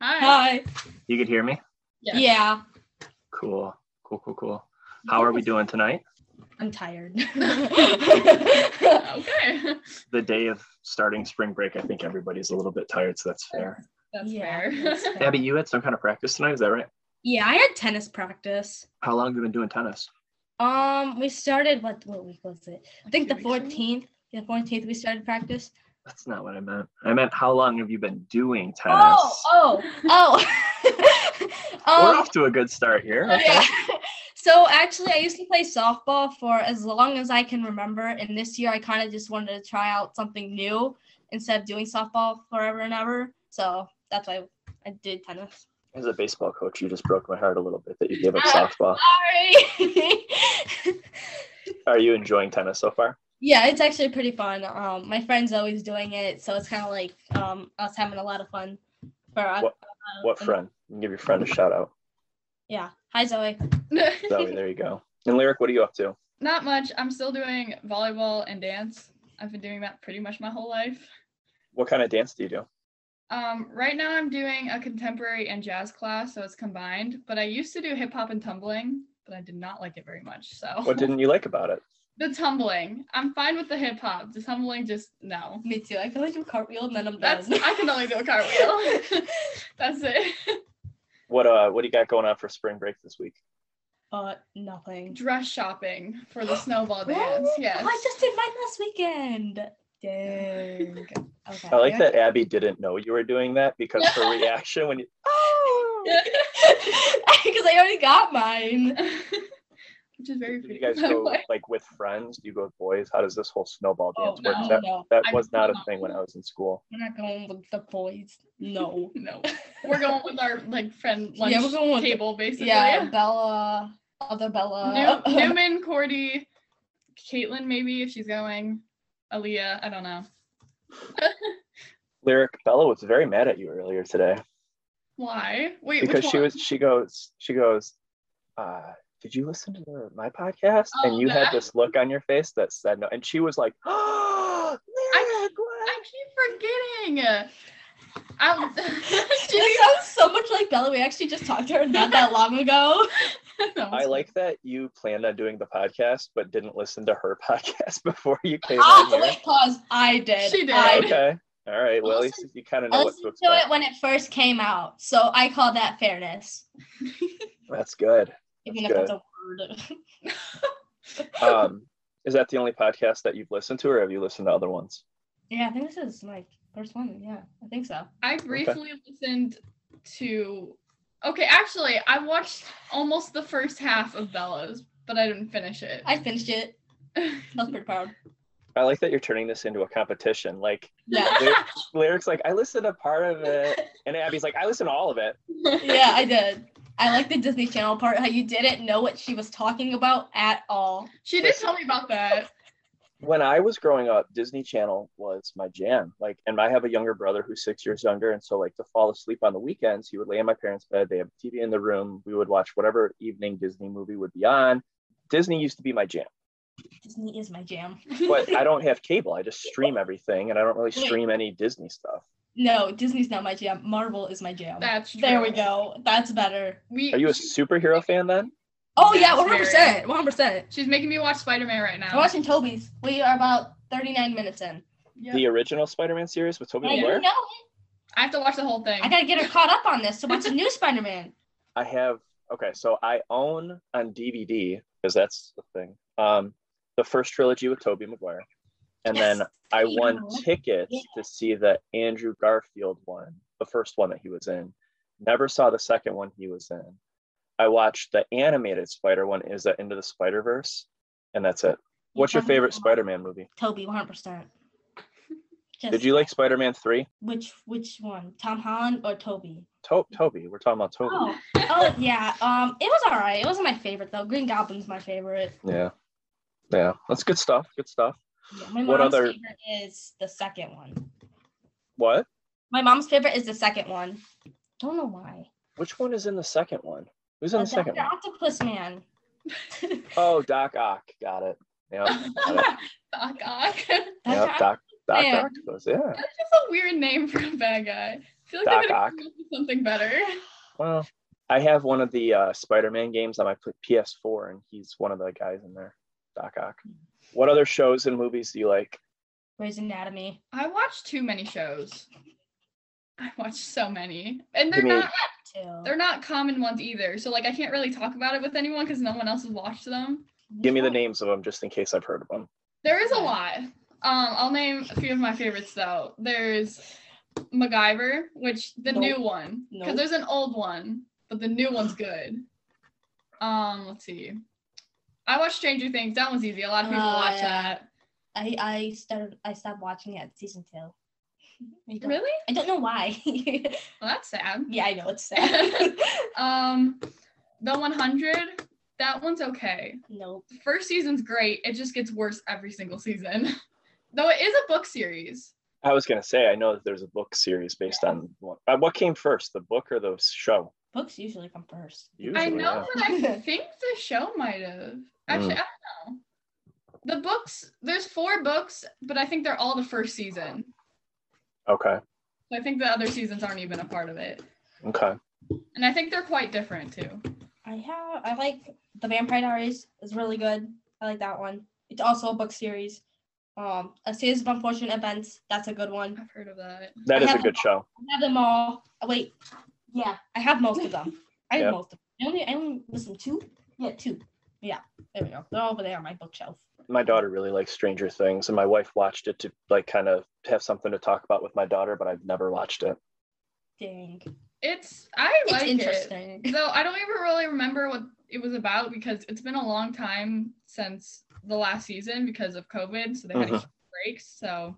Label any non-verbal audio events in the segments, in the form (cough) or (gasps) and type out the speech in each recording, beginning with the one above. Hi. You could hear me? Yeah. Cool. Cool, cool, cool. How are we doing tonight? I'm (laughs) tired. (laughs) okay. The day of starting spring break, I think everybody's a little bit tired, so that's fair. That's Yeah, fair. (laughs) that's fair. Abby, you had some kind of practice tonight, is that right? Yeah, I had tennis practice. How long have you been doing tennis? Um, we started what what week was it? I think Two the weeks ago? 14th. The 14th we started practice. That's not what I meant. I meant how long have you been doing tennis? Oh, oh, (laughs) We're oh. um, off to a good start here. Okay. yeah. (laughs) So actually, I used to play softball for as long as I can remember, and this year I kind of just wanted to try out something new instead of doing softball forever and ever. So that's why I did tennis. As a baseball coach, you just broke my heart a little bit that you gave up Uh. softball. (laughs) Sorry. Are you enjoying tennis so far? yeah, it's actually pretty fun. Um, my friend's always doing it, so it's kind of like um, us having a lot of fun. For us. What- What Um, friend? You can give your friend a shout out. Yeah. Hi, Zoe. Zoe, there you go. And Lyric, what are you up to? Not much. I'm still doing volleyball and dance. I've been doing that pretty much my whole life. What kind of dance do you do? Um, right now, I'm doing a contemporary and jazz class, so it's combined. But I used to do hip hop and tumbling, but I did not like it very much. So What didn't you like about it? (laughs) the tumbling, I'm fine with the hip hop. The tumbling, just no. Me too. I can only do cartwheel and then I'm done. That's I can (laughs) only do a cartwheel. That's it. What uh what do you got going on for spring break this week? uh, nothing. Dress shopping for (gasps) the snowball dance. Really? Yes. Oh, I just did mine last weekend. Dang. Okay. I like that Abby didn't know you were doing that because her (laughs) reaction when you Oh. (laughs) Because I already got mine. (laughs) Which is very did you pretty. (laughs) guys by the go way. like with friends? Do you go with boys? How does this whole snowball Oh, dance work? no, That, no. that I was not a don't. thing when I was in school. We're not going with the boys. (laughs) No. No, we're going with our like friend lunch Yeah, we're going with the- table basically. Yeah, Uh, Bella, other Bella. New- Newman, Cordy, Caitlin maybe if she's going. Aaliyah, I don't know. Lyric Bella was very mad at you earlier today Why? Wait, because which she one? was she goes she goes, uh, did you listen to the, my podcast? Oh, and you had that. this look on your face that said no, and she was like, (gasps) oh, Lyric, what? I keep forgetting. I, (laughs) She sounds so much like Bella. We actually just talked to her not that long ago. I like that you planned on doing the podcast but didn't listen to her (laughs) podcast before you came Ah, on here. wait, pause. I did. She did. I did. Okay. All right. Well, at least listened- you kind of I know what to listened to expect. it when it first came out, so I call that fairness, That's good. even That's if it's a word. (laughs) Um, is that the only podcast that you've listened to, or have you listened to other ones? yeah, I think this is like first one. Yeah, I think so. I briefly listened to. Okay, actually, I watched almost the first half of Bella's, but I didn't finish it. I (laughs) finished it. (laughs) I was pretty proud. I like that you're turning this into a competition. Like Yeah, Lyric- lyrics, like I listened to part of it, and Abby's like I listened to all of it. yeah, I did. I like the Disney Channel part. How you didn't know what she was talking about at all. She did tell me about that. When I was growing up, Disney Channel was my jam. Like, and I have a younger brother who's six years younger, and so like to fall asleep on the weekends, he would lay in my parents' bed. They have TV in the room. We would watch whatever evening Disney movie would be on. Disney used to be my jam. Disney is my jam. but I don't have cable. I just stream everything, and I don't really stream any Disney stuff. No, Disney's not my jam. Marvel is my jam. That's true. There we go. That's better. We Are you a superhero fan then? Oh yeah, Yes, one hundred percent, one hundred percent. She's making me watch Spider Man right now. We're watching Toby's. We are about thirty-nine minutes in. Yep. The original Spider-Man series with Tobey I Yeah. know. Maguire. it. I have to watch the whole thing. I gotta get her caught up on this. So what's a new (laughs) Spider-Man? I have okay, so I own on DVD because that's the thing. Um, the first trilogy with Tobey Maguire, and then I won Yeah. tickets to see the Andrew Garfield one, the first one that he was in. Never saw the second one he was in. I watched the animated Spider one, is that Into the Spider Verse, and that's it. What's your favorite Spider-Man movie? Toby, one hundred percent. (laughs) Did you like Spider-Man three? which which one? Tom Holland or Toby? To- Toby, we're talking about Toby. Oh, oh yeah. Um, it was alright. It wasn't my favorite though. Green Goblin's my favorite. Yeah, yeah, that's good stuff. Good stuff. Yeah, my mom's What other- favorite is the second one. What? My mom's favorite is the second one. Don't know why. Which one is in the second one? Who's in Uh, the second Dr. one? Octopus Man. Oh, Doc Ock. Got it. Yeah, (laughs) got it. (laughs) Doc Ock. (laughs) That's Dr. Yep, Doc Doc Man. Octopus. Yeah, just a weird name for a bad guy. feel like Doc I Ock. could have something better. Well, I have one of the uh, Spider-Man games on my p- PS4, and he's one of the guys in there, Doc Ock. What other shows and movies do you like? Grey's Anatomy. I watch too many shows. I watch so many, and Give they're me- not Too. they're not common ones either. So like I can't really talk about it with anyone because no one else has watched them. Give me the names of them, just in case I've heard of them. There is a lot. Um, I'll name a few of my favorites though. There's MacGyver, which the Nope. new one, because Nope. there's an old one, but the new one's good. Um, let's see. I watched Stranger Things. That one's easy. A lot of people Oh, watch yeah. that. I I started I stopped watching it at season (laughs) two. I don't, Really? I don't know why. (laughs) Well, that's sad. yeah, I know (laughs) it's sad. Um, the 100. That one's okay. nope. The first season's great. It just gets worse every single season. (laughs) Though it is a book series. I was gonna say I know that there's a book series based on one. Uh, what came first, the book or the show? Books usually come first. Usually, I know, but yeah. I (laughs) think the show might have. Actually, I don't know. The books, there's four books, but I think they're all the first season. Okay, So I think the other seasons aren't even a part of it. okay. And I think they're quite different too. I have I like the Vampire Diaries is really good. I like that one. It's also a book series. Um, A Series of Unfortunate Events. That's a good one. I've heard of that. That I is a have good show. I have them all. Oh, wait, yeah, I have most of (laughs) them. I have Yep. most of them. I only I only listen two. Yeah, two. Yeah, there we go. They're over there on my bookshelf. My daughter really likes Stranger Things, and my wife watched it to like kind of have something to talk about with my daughter, but I've never (laughs) watched it. Dang, It's I it's like it. interesting. Though I don't even really remember what it was about because it's been a long time since the last season because of COVID. So they had a Mhm. huge breaks. So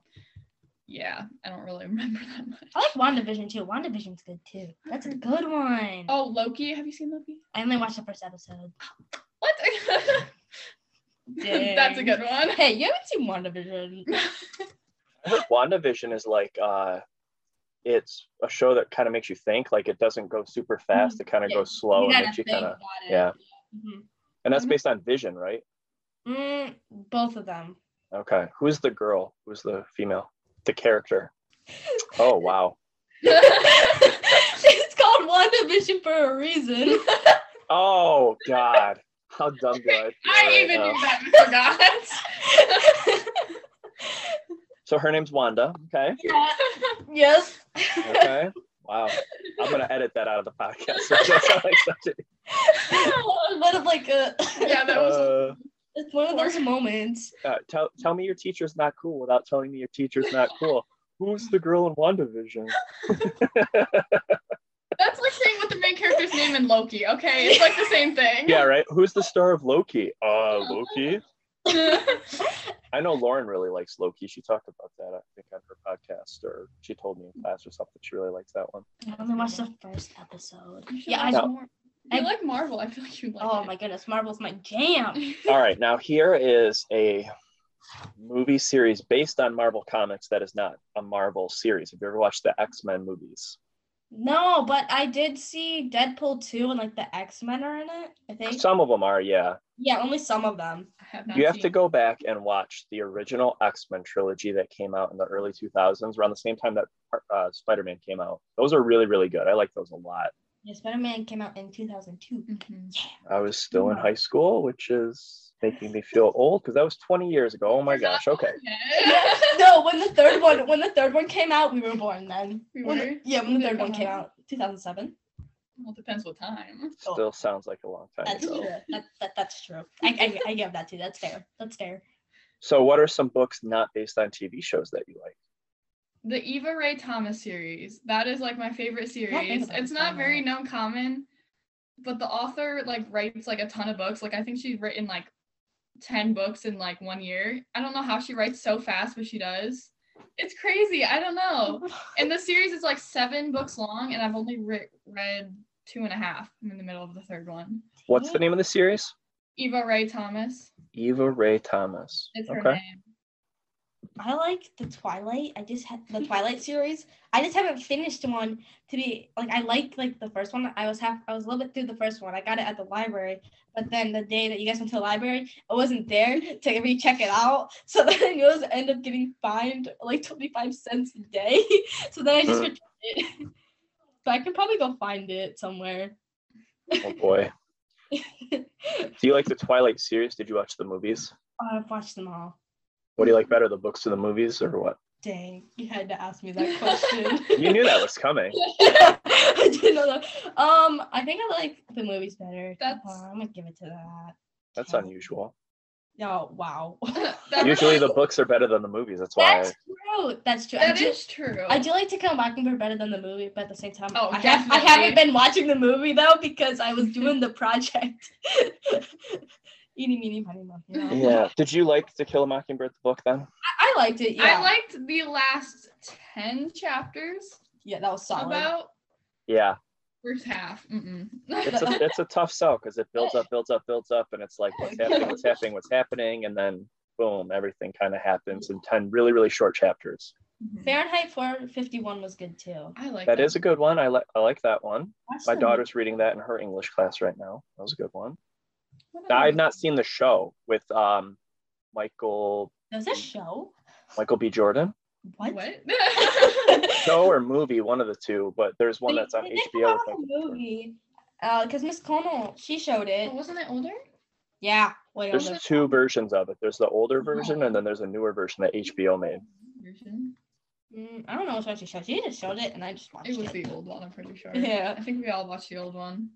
yeah, I don't really (laughs) remember that much. I like Wandavision too. Wandavision's good too. That's a good one. Oh, Loki. Have you seen Loki? I only watched the first (laughs) episode. What? (laughs) That's a Dang. good (laughs) one. Hey, you haven't seen WandaVision. I heard WandaVision is like uh it's a show that kind of makes you think, like it doesn't go super fast, it kind of Mm-hmm. Yeah. goes slow you and gotta makes you think kind about of it. yeah. Mhm. And that's Mhm. based on Vision, right? Mm, both of them. (laughs) Okay. Who's the girl? Who's the female? The character. Oh wow. it's called WandaVision for a reason. (laughs) Oh god. How dumb do (laughs) I feel I right even now? knew that. I forgot. So her name's Wanda. (laughs) Okay. yes. (laughs) Okay. wow. I'm gonna edit that out of the podcast. (laughs) So it doesn't sound like such a- But it's like a, yeah, that was. Uh, (laughs) it's one of those (laughs) moments. uh, tell tell me your teacher's not cool without telling me your teacher's not cool. Who's the girl in WandaVision? That's like saying what the main character's name in Loki. Okay, it's like the same thing. Yeah, right. Who's the star of Loki? Uh, Loki. I know Lauren really likes Loki. She talked about that, I think, on her podcast, or she told me in class or something. She really likes that one. I only watched the first episode. You should Yeah, watch I, No. more. I like Marvel. I feel like you like. oh it. my goodness, Marvel's my jam. All right, now here is a movie series based on Marvel comics that is not a Marvel series. Have you ever watched the X Men movies? No, but I did see Deadpool 2 and like the X Men are in it, I think. Some of them are, yeah. yeah, only some of them. I have not You have seen to it. go back and watch the original X Men trilogy that came out in the early 2000s, around the same time that uh, Spider Man came out. Those are really, really good. I like those a lot. Yeah, Spider Man came out in 2002. Mhm. I was still in high school, which is making me feel old because that was 20 years ago. Oh my gosh. Okay. Yeah. (laughs) no, when the third one when the third one came out, we were born then. We When the- were? yeah, when the When did third it one come came out? out, 2007. (laughs) Well, it depends what time. Still sounds like a long time That's ago. true. That, that, that's true. I, I, I give that to you. That's fair. That's fair. So, what are some books not based on TV shows that you like? The Eva Ray Thomas series. That is like my favorite think series. about It's it not so very known common, but the author like writes like a ton of books. Like I think she's written like 10 books in like one year. I don't know how she writes so fast, but she does. It's crazy. I don't know. And the series is like seven books long, and I've only re- read two and a half. I'm in the middle of the third one. What's the name of the series? Eva Ray Thomas Eva Ray Thomas. is her Okay. name. (laughs) I like the Twilight. I just had (laughs) the Twilight series. I just haven't finished one to be like I liked like the first one. I was half I was a little bit through the first one. I got it at the library, but then the day that you guys went to the library, I wasn't there to recheck it out. (laughs) So then you always end up getting fined like 25 cents a day. (laughs) So then I just Mm. returned it. (laughs) but I can probably go find it somewhere. Oh boy. Do you like the Twilight series? Did you watch the movies? I've watched them all. What do you like better, the books or the movies, or what? Dang, you had to ask me (laughs) that question. You knew that was coming. (laughs) I didn't know that. Um, I think I like the movies better. Come That's- on, I'm gonna give it to that. That's unusual. Oh wow, (laughs) That- Usually the books are better than the movies. That's why. that's true. That's true. I That do, is true. I do like to come back and be better than the movie, but at the same time, Oh, I, have, I definitely. haven't been watching the movie though because I was doing the project. (laughs) Eating, meaning, honey, mom. You know? yeah. Did you like To Kill a Mockingbird, the book, then? I, I liked it. Yeah, I liked the last 10 chapters yeah, that was solid. about Yeah. first half. Mm-mm. (laughs) It's a it's a tough sell because it builds up, builds up, builds up, and it's like what's happening, what's happening, what's happening, and then boom, everything kind of happens in ten really really short chapters. Fahrenheit 451 was good too. I like That is a good one. I like I like that one. Watch My the daughter's reading that in her English class right now. That was a good one. What Now, other- I've not seen the show with um Michael There's a show. Michael B. Jordan. What? What? (laughs) (laughs) Show or movie, one of the two, but there's one They- that's on they did HBO. come out with with Michael a movie. Uh, because Miss Connell, she showed it. Oh, Wasn't it older? Yeah. Wait, There's hold up. two versions of it. There's the older version, and then there's a newer version that HBO made. Version. Mm, I don't know which one she showed. She just showed it, and I just watched It it. was the old one, I'm pretty sure. Yeah. I think we all watched the old one.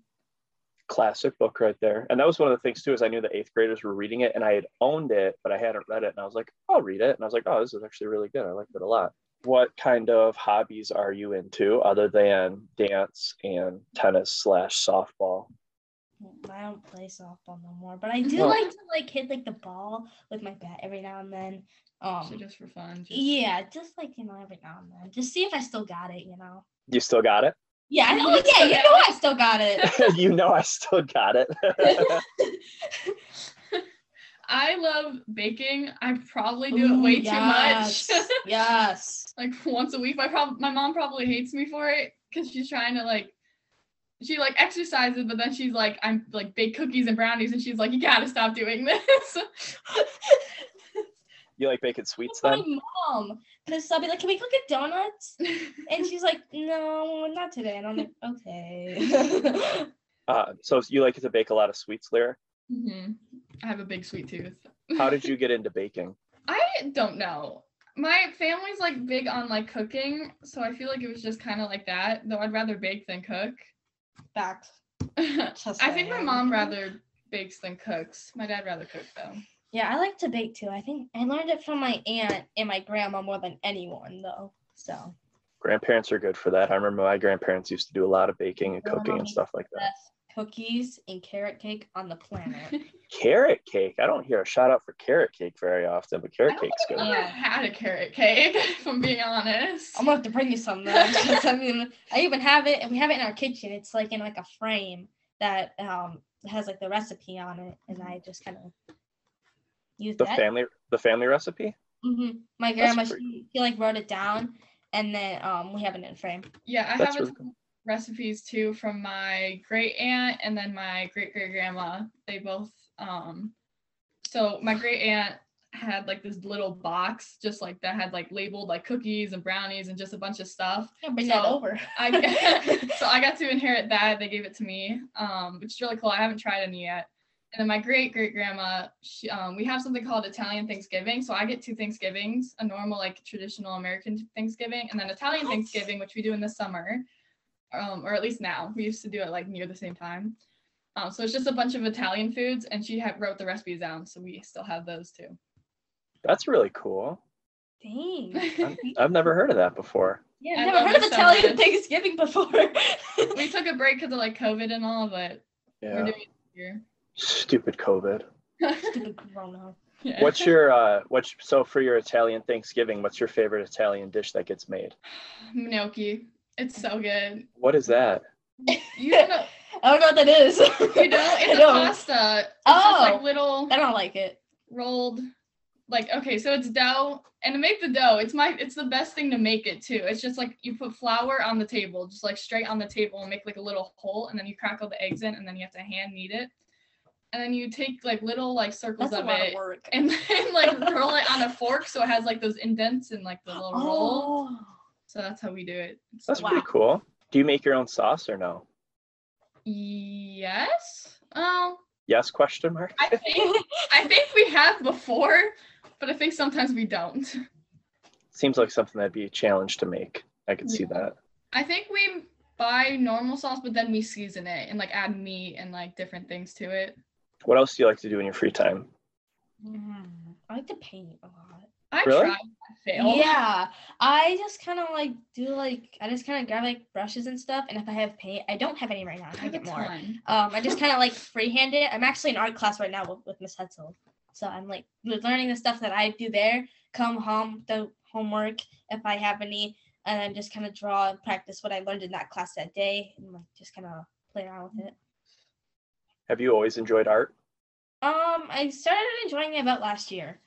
Classic book right there. And that was one of the things too, is I knew the eighth graders were reading it, and I had owned it, but I hadn't read it. And I was like, I'll read it. And I was like, oh, this is actually really good. I liked it a lot. What kind of hobbies are you into other than dance and tennis slash softball? I don't play softball no more, but I do Well- like to like hit like the ball with my bat every now and then. Um, So just for fun. Just... yeah, just like you know, every now and then, just see if I still got it. You know. You still got it? (laughs) Yeah. (laughs) I- Oh yeah, you know I still got it. you know, I still got it. I love baking. (laughs) I probably do Ooh, it way yes, too much. (laughs) yes. like once a week. My prob- my mom probably hates me for it because she's trying to like she like exercises, but then she's like, I'm like bake cookies and brownies, and she's like, you gotta stop doing this. (laughs) you like baking sweets my then? mom because I'll be like, "Can we go get donuts?" And she's like, "No, not today." And I'm like, "Okay." (laughs) Uh, so you like to bake a lot of sweets, Lyric? Mm-hmm. hmm I have a big sweet tooth. How did you get into baking? I don't know. My family's like big on like cooking, so I feel like it was just kind of like that. Though I'd rather bake than cook. (laughs) Back. I Just think my saying. mom rather bakes than cooks. My dad rather cook though. Yeah, I like to bake too. I think I learned it from my aunt and my grandma more than anyone though. So Grandparents are good for that. I remember my grandparents used to do a lot of baking and cooking and stuff like that. best cookies and carrot cake on the planet. (laughs) Carrot cake. I don't hear a shout out for carrot cake very often, but I carrot don't cake's I've good. Yeah. never had a carrot cake, (laughs) if I'm being honest. I'm gonna have to bring you some though. 'cause I mean, I even have it, and we have it in our kitchen. It's like in like a frame that um has like the recipe on it, and I just kind of use The that. family the family recipe? hmm My That's grandma, pretty- she, she like wrote it down, and then um we have it in a frame. yeah, I have That's a really ton of recipes too from my great aunt and then my great great grandma. They both um so my great aunt had like this little box just like that had like labeled like cookies and brownies and just a bunch of stuff. Yeah, bring that So- over. I so I got (laughs) to inherit that. They gave it to me, um, which is really cool. I haven't tried any yet. And then my great great grandma, she um, we have something called Italian Thanksgiving. So I get two Thanksgivings: a normal, like traditional American Thanksgiving, and then Italian What? Thanksgiving, which we do in the summer, um, or at least now. We used to do it like near the same time. Um, so it's just a bunch of Italian foods, and she had, wrote the recipes down, so we still have those too. (laughs) That's really cool. Dang. I've never heard of that before. Yeah, I I've never love heard of it so Italian much. Thanksgiving before. (laughs) we took a break because of like COVID and all, but we're Yeah. doing it here. Stupid COVID. Stupid corona. Yeah. What's your uh what's so for your Italian Thanksgiving, what's your favorite Italian dish that gets made? Gnocchi. It's (laughs) so good. What is that? You don't know. I don't know what that is. You know, (laughs) I it's a don't. pasta. It's just Oh, like little I don't like it. rolled. Like okay, so it's dough, and to make the dough, it's my it's the best thing to make it too. It's just like you put flour on the table, just like straight on the table, and make like a little hole, and then you crackle the eggs in, and then you have to hand knead it, and then you take like little like circles That's a of lot of it, (laughs) work. and then (laughs) like roll it on a fork so it has like those indents and like the little roll. (laughs) Oh, (laughs) So that's how we do it. It's That's so Wow. pretty cool. Do you make your own sauce or no? Yes. Um, Yes, question mark. I think I think we have before, but I think sometimes we don't. Seems like something that'd be a challenge to make. I could see that. I think we buy normal sauce, but then we season it and like add meat and like different things to it. What else do you like to do in your free time? Mm, I like to paint a lot. I Really? tried, I failed. Yeah, I just kind of like do like I just kind of grab like brushes and stuff, and if I have paint, I don't have any right now. I I can have a get more. ton. Um, I just kind of like freehand it. I'm actually in art class right now with, with Miss Hetzel, so I'm like learning the stuff that I do there. Come home, do homework if I have any, and then just kind of draw and practice what I learned in that class that day, and like just kind of play around with it. Have you always enjoyed art? Um, I started enjoying it about last year,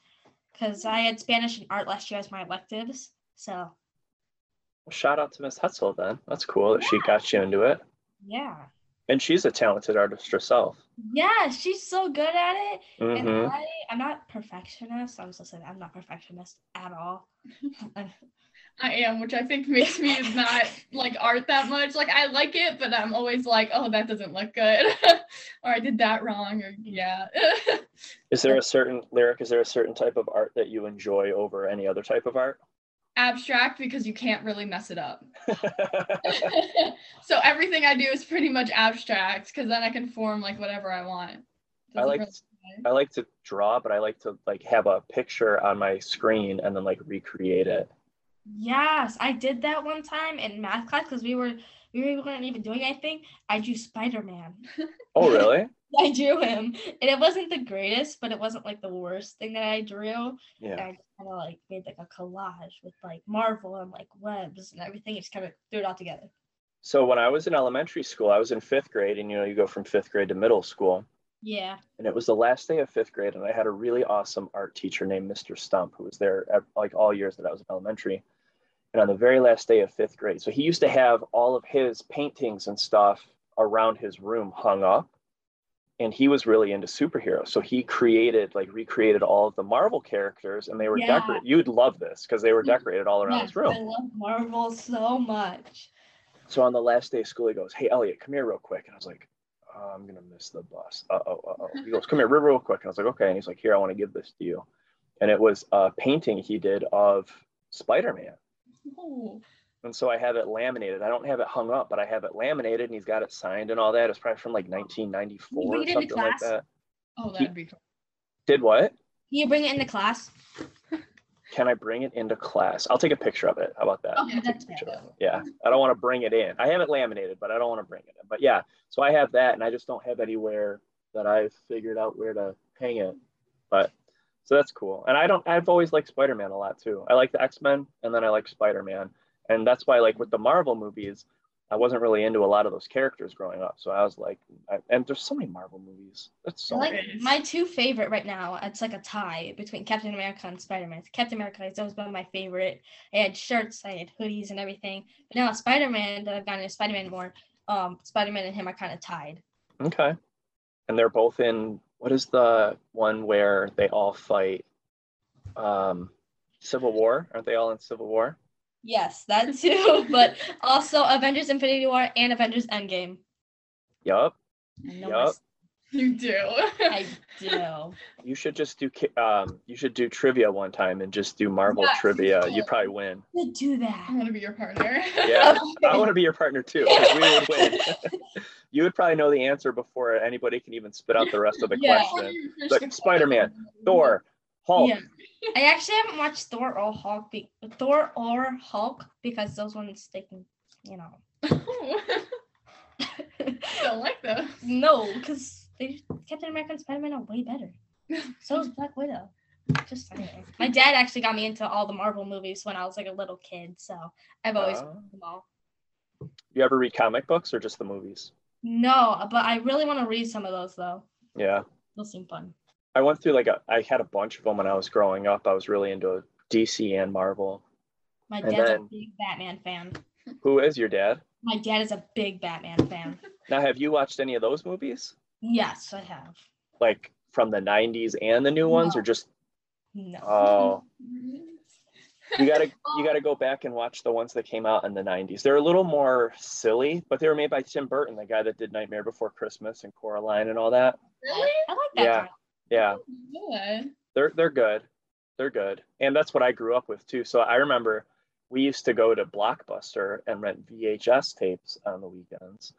because I had Spanish and art last year as my electives, so Well, shout out to Miss Hetzel then. That's cool that she got you into it. yeah. And she's a talented artist herself. Yeah, she's so good at it. hmm And I, I'm not perfectionist. I'm just saying I'm not perfectionist at all. I am, which I think makes me not like art that much. Like I like it, but I'm always like, oh, that doesn't look good, (laughs) or I did that wrong, or yeah. (laughs) Is there a certain lyric? Is there a certain type of art that you enjoy over any other type of art? (laughs) Abstract because you can't really mess it up. so everything I do is pretty much abstract because then I can form like whatever I want. I Doesn't like really- I like to draw, but I like to like have a picture on my screen and then like recreate it. Yes, I did that one time in math class because we were we weren't even doing anything. I drew Spider Man. Oh, really? (laughs) I drew him, and it wasn't the greatest, but it wasn't like the worst thing that I drew. And Yeah. I just kind of like made like a collage with like Marvel and like webs and everything. Just kind of threw it all together. So when I was in elementary school, I was in fifth grade, and you know, you go from fifth grade to middle school. Yeah. and it was the last day of fifth grade and i had a really awesome art teacher named mr stump who was there ev- like all years that i was in elementary and on the very last day of fifth grade so he used to have all of his paintings and stuff around his room hung up and he was really into superheroes so he created like recreated all of the marvel characters and they were Yeah. decorated you'd love this because they were Yeah. decorated all around his Yes, room I love Marvel so much. so on the last day of school, he goes, "Hey, Elliot, come here real quick." And I was like, "Uh, "I'm gonna miss the bus." Uh oh, uh oh. He goes, "Come here real, real quick." And I was like, "Okay." And he's like, "Here, I want to give this to you." And it was a painting he did of Spider-Man. Ooh. And so I have it laminated. I don't have it hung up, but I have it laminated, and he's got it signed and all that. It's probably from like 1994 Bring or it into something like class. that. Oh, that'd be cool. Did what? Can you bring it into class? Can I bring it into class? I'll take a picture of it. How about that? Okay, Yeah, Oh, that's picture good. of it. Yeah, I don't want to bring it in. I have it laminated, but I don't want to bring it in. But yeah, so I have that, and I just don't have anywhere that I've figured out where to hang it. But so that's cool. And I don't. I've always liked Spider Man a lot too. I like the X Men, and then I like Spider Man, and that's why like with the Marvel movies, I wasn't really into a lot of those characters growing up. So I was like, I, and there's so many Marvel movies. That's so. I like Always. my two favorite right now. It's like a tie between Captain America and Spider Man. Captain America has always been my favorite. I had shirts, I had hoodies, and everything. But now Spider Man that I've gotten into Spider Man more. Um, Spider Man and him are kind of tied. Okay. And they're both in what is the one where they all fight? Um, Civil War? Aren't they all in Civil War? Yes, (laughs) that too. but also Avengers: Infinity War and Avengers: Endgame. Yup. I know Yup. (laughs) You do. I do. You should just do ki- um, you should do trivia one time and just do Marvel Yes, you trivia. You should. probably (laughs) win. To (laughs) do I that. want to be your partner. (laughs) Yeah. I want to be your partner too. 'cause (laughs) We would win. you would probably know the answer before anybody can even spit out the rest of the Yeah. question. Like Spider-Man, (laughs) Thor, Hulk. Yeah. I actually haven't watched Thor or Hulk, be- Thor or Hulk because those ones they can, you know. (laughs) Don't like those. no, because they Captain America and Spider Man are way (laughs) better. So is Black Widow. Just saying. My dad actually got me into all the Marvel movies when I was like a little kid, so I've always Ah. watched them all. You ever read comic books or just the movies? No, but I really want to read some of those though. Yeah. Those seem fun. I went through like a, I had a bunch of them when I was growing up. I was really into DC and Marvel. My And dad's then- a big Batman fan. Who is your dad? My dad is a big Batman fan. (laughs) Now, have you watched any of those movies? yes, I have. Like Oh, from the 90s and the new ones or just, No. oh, you gotta you gotta go back and watch the ones that came out in the 90s they're a little more silly but they were made by tim burton the guy that did nightmare before christmas and coraline and all that Really? Oh, I like that. Yeah. guy. yeah Good. they're they're good they're good and that's what i grew up with too so i remember we used to go to blockbuster and rent vhs tapes on the weekends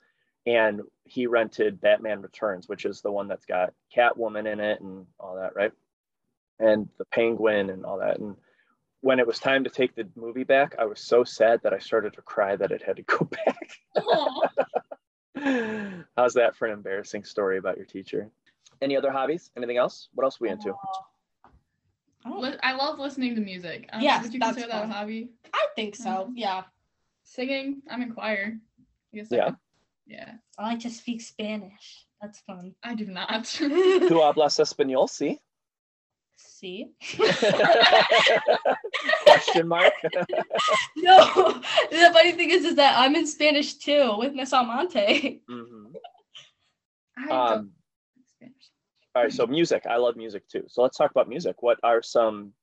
and he rented batman returns which is the one that's got catwoman in it and all that right and the penguin and all that and when it was time to take the movie back i was so sad that i started to cry that it had to go (laughs) Aw. back how's that for an embarrassing story about your teacher any other hobbies anything else what else are (laughs) we into Oh. I, don't, Li- I love listening to music. I don't know, Yes, would you that's consider that fun. a hobby? I think so. Yeah. Singing. I'm in choir. I guess I Yeah. could- yeah. I like to speak Spanish. That's fun. I do (laughs) not. (laughs) Tu hablas español, sí? See? Question mark. No. (laughs) the funny thing is, is that I'm in Spanish too with Miss Almonte. (laughs) Mhm. I don't. Um, speak Spanish. all right, so music. I love music too. So let's talk about music. What are some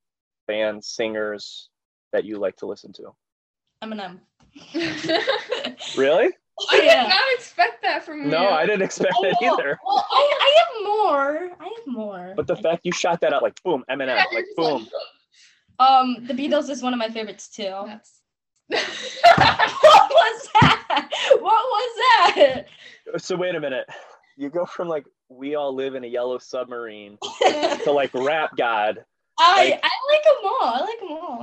bands, singers that you like to listen to? Eminem. (laughs) (laughs) Oh, Really? I did Yeah. not expect that from you. No, I didn't expect I that know. either. Well, I, I have more. I have more. But the I- fact you shot that out like boom, Eminem, Yeah, you're like just boom. um, the Beatles is one of my favorites too. (laughs) what "Oh, That's. was that? What was that? So wait a minute. You go from like we all live in a yellow submarine to like (laughs) rap god. I Like- I like them all. I like them all.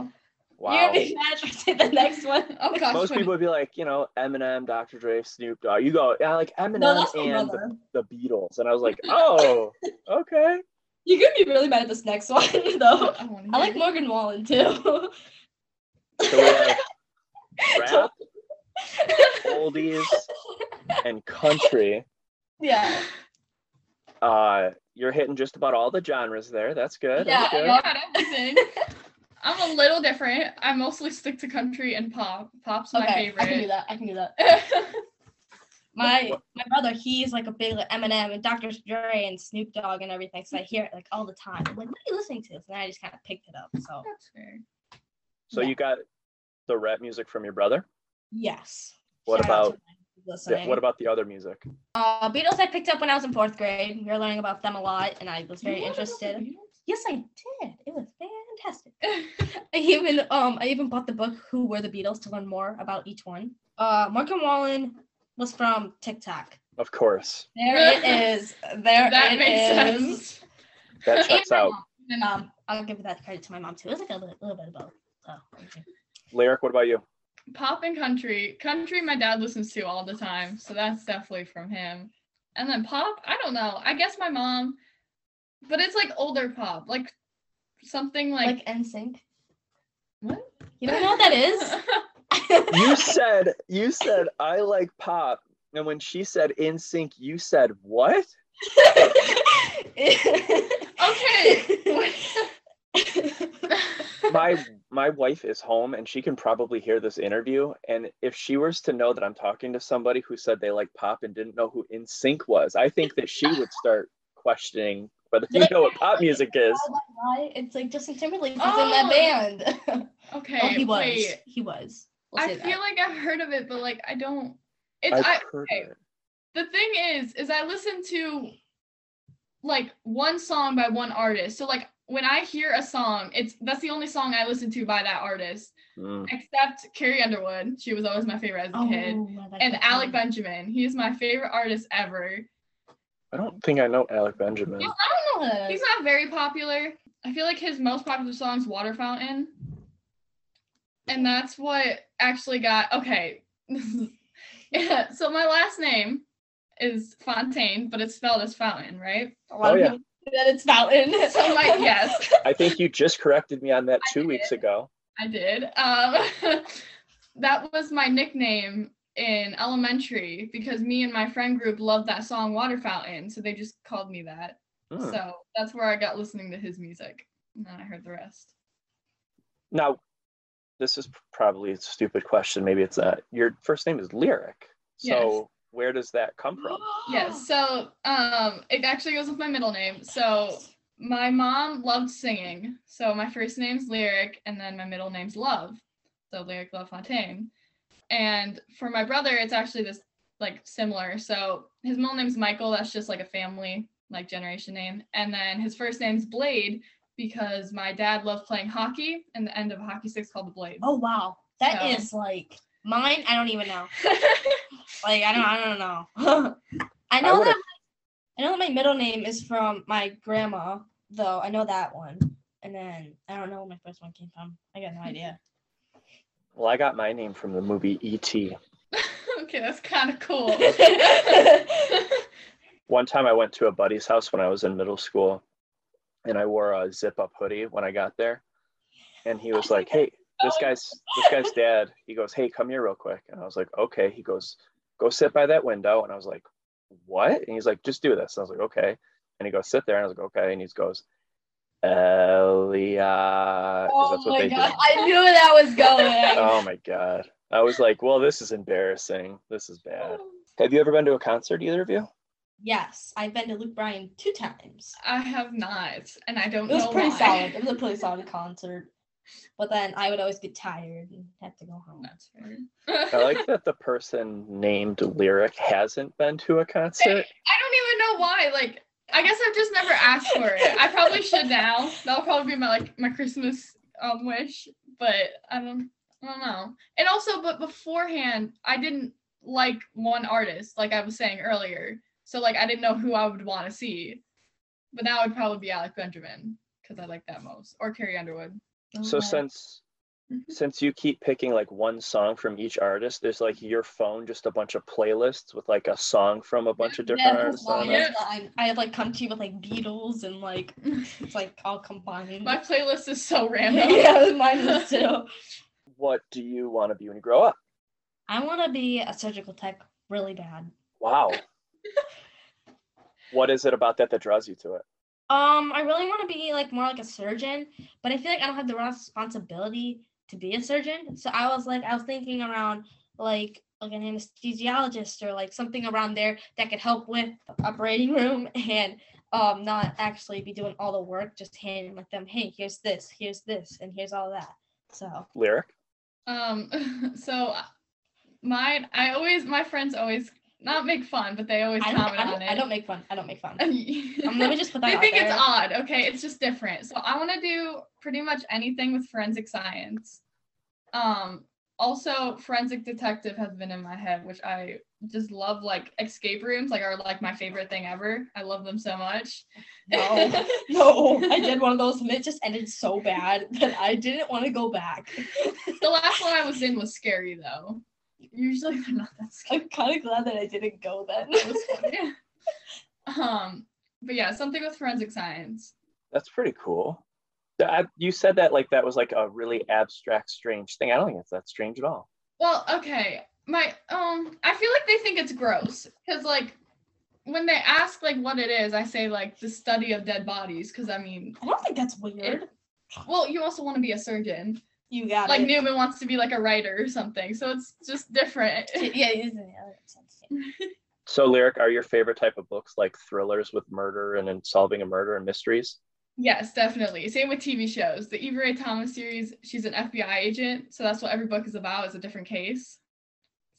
You're Wow. gonna be mad if I say the next one. oh gosh. Most when- people would be like, you know, Eminem, Dr. Dre, Snoop Dogg. You go, yeah, I like Eminem No, that's my and the brother. the Beatles. And I was like, oh, okay. You're gonna be really mad at this next (laughs) one though. I, wanna I like hear. Morgan Wallen too. (laughs) So we have rap, oldies, and country. yeah. Uh, you're hitting just about all the genres there. That's good. Yeah, That's good. yeah. I got everything. I'm a little different. I mostly stick to country and pop. Pop's my Okay. favorite. I can do that. I can do that. (laughs) My What- my brother, he's like a big like, Eminem and Dr. Dre and Snoop Dogg and everything. So I hear it like all the time. I'm like, what are you listening to? So then I just kind of picked it up. So That's fair. So yeah. you got the rap music from your brother. yes. What Shout out to about my listening. yeah, what about the other music? uh, Beatles? I picked up when I was in fourth grade. We were learning about them a lot, and I was very You wanna go interested. read Yes, I did. It was fantastic. it? I even um I even bought the book Who Were the Beatles to learn more about each one. Uh, Morgan Wallen was from TikTok. Of course. There it is. (laughs) There that it makes is. sense. That checks my out. mom. And, um, Um, I'll give that credit to my mom too. It was like a little, little bit of both. So, okay. Lyric, what about you? pop and country. Country my dad listens to all the time, so that's definitely from him. And then pop, I don't know. I guess my mom, but it's like older pop, like something like, like NSYNC. What? You don't know what (laughs) that is? You said you said I like pop. And when she said in sync, you said what? okay. my my wife is home and she can probably hear this interview and if she was to know that i'm talking to somebody who said they like pop and didn't know who in sync was i think that she would start questioning whether you know what pop music is Why? It's like Justin Timberlake was Oh. in that band. okay. oh, he was. Wait. He was. We'll I say feel that. like I've heard of it, but like I don't. It's I, i've heard okay. it the thing is is i listen to like one song by one artist so like when i hear a song it's that's the only song i listen to by that artist Mm. except carrie underwood she was always my favorite as Oh, a kid I like and that alec song. benjamin he is my favorite artist ever i don't think i know alec benjamin He's- I don't know who that he's is. not very popular i feel like his most popular song is water fountain and that's what actually got okay (laughs) yeah, so my last name is fontaine but it's spelled as fountain right A lot Oh, of yeah. people think that it's Fountain. so (laughs) like yes i think you just corrected me on that two weeks ago i did um (laughs) that was my nickname in elementary because me and my friend group loved that song water fountain so they just called me that Mm. so that's where i got listening to his music and then i heard the rest now this is probably a stupid question maybe it's not your first name is lyric so Yes. Oh. where does that come from yes so um it actually goes with my middle name so my mom loved singing. So my first name's Lyric and then my middle name's Love. So Lyric Love Fontaine. And for my brother, it's actually this like similar. So his middle name's Michael. That's just like a family like generation name. And then his first name's Blade because my dad loved playing hockey and the end of hockey sticks called the Blade. Oh wow, that So- is like mine. I don't even (laughs) know. Like I don't. I don't know. (laughs) I know would've- that. I know that my middle name is from my grandma, though. I know that one. And then I don't know where my first one came from. I got no (laughs) idea. Well, I got my name from the movie E E.T. (laughs) okay, that's kind of (laughs) cool. One time I went to a buddy's house when I was in middle school and I wore a zip up hoodie when I got there. And he was like, Hey, this guy's this guy's dad. He goes, Hey, come here real quick. And I was like, Okay. He goes, Go sit by that window. And I was like, What? And he's like, Just do this. And I was like, Okay. And he goes, Sit there. And I was like, Okay. And he goes, Elia. 'cause Oh, that's what they do. I knew that was going. Oh my god. I was like, well, this is embarrassing. This is bad. Have you ever been to a concert, either of you? (laughs) yes, I've been to Luke Bryan two times. I have not, and I don't It was know pretty why. solid. It was (laughs) a pretty solid concert. But then I would always get tired and have to go home. That's fair. I like that the person named Lyric hasn't been to (laughs) a concert. I don't even know why. Like, I guess I've just never asked for it. I probably should now. That'll probably be my like my Christmas um wish, but I don't I don't know. And also, but beforehand, I didn't like one artist, like I was saying earlier. So like I didn't know who I would want to see. But now it would probably be Alec Benjamin because I like that most, or Carrie Underwood. So Okay. since since you keep picking like one song from each artist, there's like your phone just a bunch of playlists with like a song from a bunch of different Yeah, artists well, on yeah, it. I, I have like country with like Beatles and like it's like all combined. (laughs) My playlist is so random. yeah, mine is too. What do you want to be when you grow up? I want to be a surgical tech really bad. Wow. what is it about that that draws you to it? Um, I really want to be like more like a surgeon, but I feel like I don't have the responsibility to be a surgeon. So I was like, I was thinking around like like an anesthesiologist or like something around there that could help with operating room (laughs) and um not actually be doing all the work, just handing like them, hey, here's this, here's this, and here's all that. So Lyric? Um, (laughs) so uh, mine, I always, my friends always not make fun, but they always I don't, comment I, don't, on it. (laughs) I don't make fun. I don't make fun. Um, let don't. me just put that they out think there. it's odd. Okay, it's just different. So I want to do pretty much anything with forensic science. Um, also forensic detective has been in my head, which I just love. Like escape rooms, like are like my favorite thing ever. I love them so much. No, no, I did one of those and it just ended so bad (laughs) that I didn't want to go back. the last one I was in was scary though. Usually they're not that scary. I'm kind of glad that I didn't go then. That was fun. um, but yeah, something with forensic science. That's pretty cool. Th- I- you said that like that was like a really abstract, strange thing. I don't think it's that strange at all. Well, okay, my um, I feel like they think it's gross because like when they ask like what it is, I say like the study of dead bodies because I mean, (laughs) I don't think that's weird. well, you also want to be a surgeon. You got Like it. Newman wants to be like a writer or something, so it's just different. (laughs) yeah, it is- yeah, that makes sense. So, lyric, are your favorite type of books like thrillers with murder and, and solving a murder and mysteries? (laughs) Yes, definitely. Same with TV shows. The Eva Ray Thomas series, she's an FBI agent, so that's what every book is about is a different case.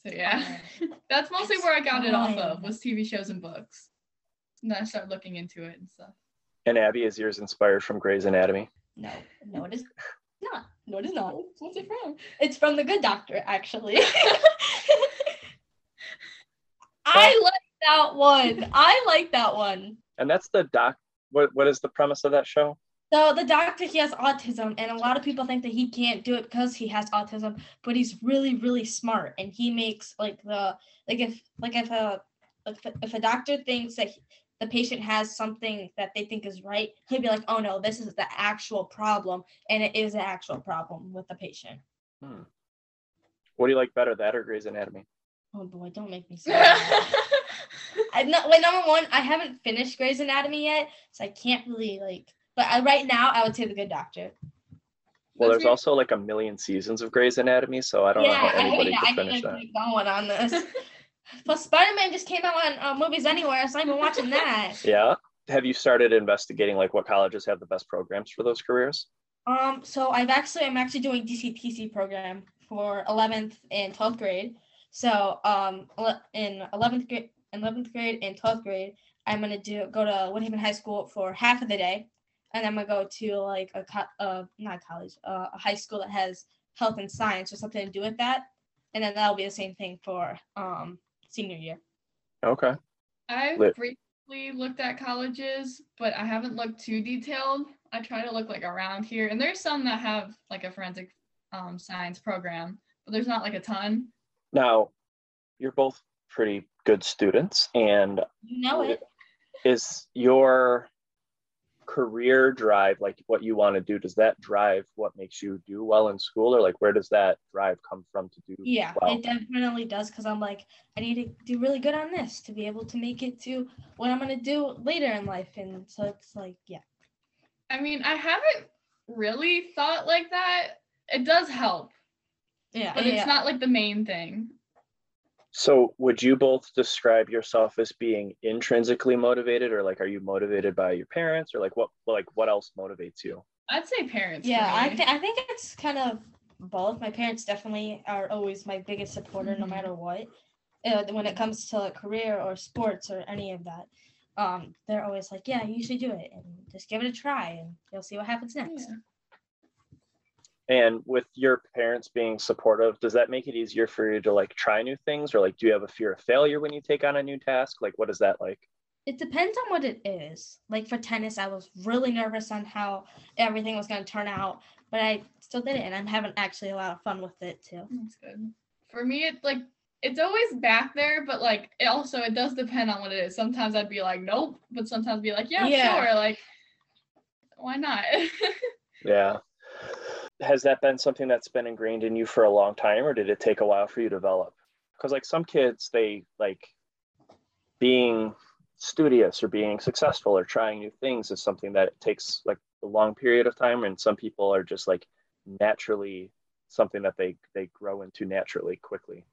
So (laughs) yeah. Um, That's mostly That's where I got it off of fine. was TV shows and books. And then I started looking into it and (laughs) stuff. And Abby, is yours inspired from Grey's Anatomy? No, no, it is not. No, it is not. What's it from? It's from The Good Doctor, (laughs) actually. (laughs) I like that one. I like that one. And that's the doc. What, what is the premise of that show? So the doctor he has autism, and a lot of people think that he can't do it because he has autism. But he's really, really smart, and he makes like the like if like if a if a- if a doctor thinks that he- the patient has something that they think is right, he'll be like, "Oh no, this is the actual problem," and it is an actual problem with the patient. What do you like better, that or Grey's Anatomy? Oh boy, don't make me (laughs) say. that. I'm not. Wait, number one, I haven't finished Grey's Anatomy yet, so I can't really like. But I, right now, I would say the good doctor. Well, That's there's me. also like a million seasons of Grey's Anatomy, so I don't know how anybody yeah, could I finish think I that. keep going on (laughs) (laughs) this. Plus, Spider Man just came out on uh, movies anywhere, so I've been watching that. Yeah. have you started investigating like what colleges have the best programs for those careers? Um, so I've actually I'm actually doing DCTC program for 11th and 12th grade. So um, ele- in 11th grade, 11th grade and 12th grade, I'm gonna do go to Woodhaven High School for half of the day, and I'm gonna go to like a co- uh, not college, uh, a high school that has health and science or something to do with that, and then that'll be the same thing for um, senior year. Okay. I've Lit. briefly looked at colleges, but I haven't looked too detailed. I try to look like around here, and there's some that have like a forensic um, science program, but there's not like a ton. Now, you're both pretty good students, and You Oh, know it. is your career drive like what you want to do? Does that drive what makes you do well in school, or like where does that drive come from to do? Yeah, well? it definitely does because I'm like, I need to do really good on this to be able to make it to what I'm gonna do later in life. And so it's like, yeah. I mean, I haven't really thought like that. It does help, Yeah. but yeah, it's yeah. not like the main thing. So, would you both describe yourself as being intrinsically motivated, or like are you motivated by your parents, or like what like what else motivates you? I'd say parents. for yeah, I, me. th- I think it's kind of both. My parents definitely are always my biggest supporter, no Mhm. matter what. Uh, when it comes to like, career or sports or any of that, um, they're always like, yeah, you should do it and just give it a try and you'll see what happens next. Yeah. And with your parents being supportive, does that make it easier for you to like try new things, or like do you have a fear of failure when you take on a new task? Like, what is that like? It depends on what it is. Like for tennis, I was really nervous on how everything was going to turn out, but I still did it, and I'm having actually a lot of fun with it too. That's good. For me, it's like it's always back there, but like it also it does depend on what it is. Sometimes I'd be like, nope, but sometimes be like, yeah, Yeah. sure, like why not? (laughs) Yeah. Has that been something that's been ingrained in you for a long time, or did it take a while for you to develop? Because like some kids, they like being studious or being successful or trying new things is something that takes like a long period of time, and some people are just like naturally something that they they grow into naturally quickly.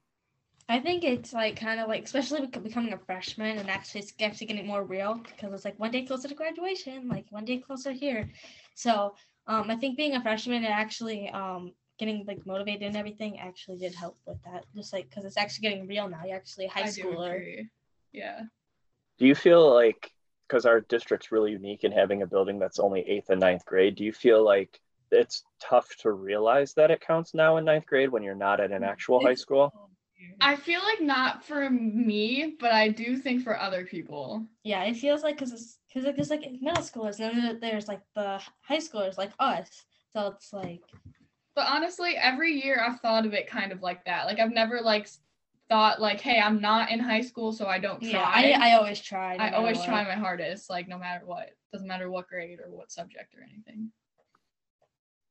I think it's like kind of like, especially bec- becoming a freshman, and actually it's actually getting more real because it's like one day closer to graduation, like one day closer here. So um, I think being a freshman and actually um, getting like motivated and everything actually did help with that. Just like because it's actually getting real now. You're actually a high I do schooler. agree. Yeah. Do you feel like, because our district's really unique in having a building that's only eighth and ninth grade, do you feel like it's tough to realize that it counts now in ninth grade when you're not at an actual high It's- school? I feel like not for me, but I do think for other people. Yeah, it feels like because it's because like there's like middle schoolers and then there's like the high schoolers like us. So it's like But honestly, every year I've thought of it kind of like that. Like I've never like s- thought like, hey, I'm not in high school, so I don't try. yeah, I, I always try. no I matter always what. try my hardest, like no matter what. Doesn't matter what grade or what subject or anything.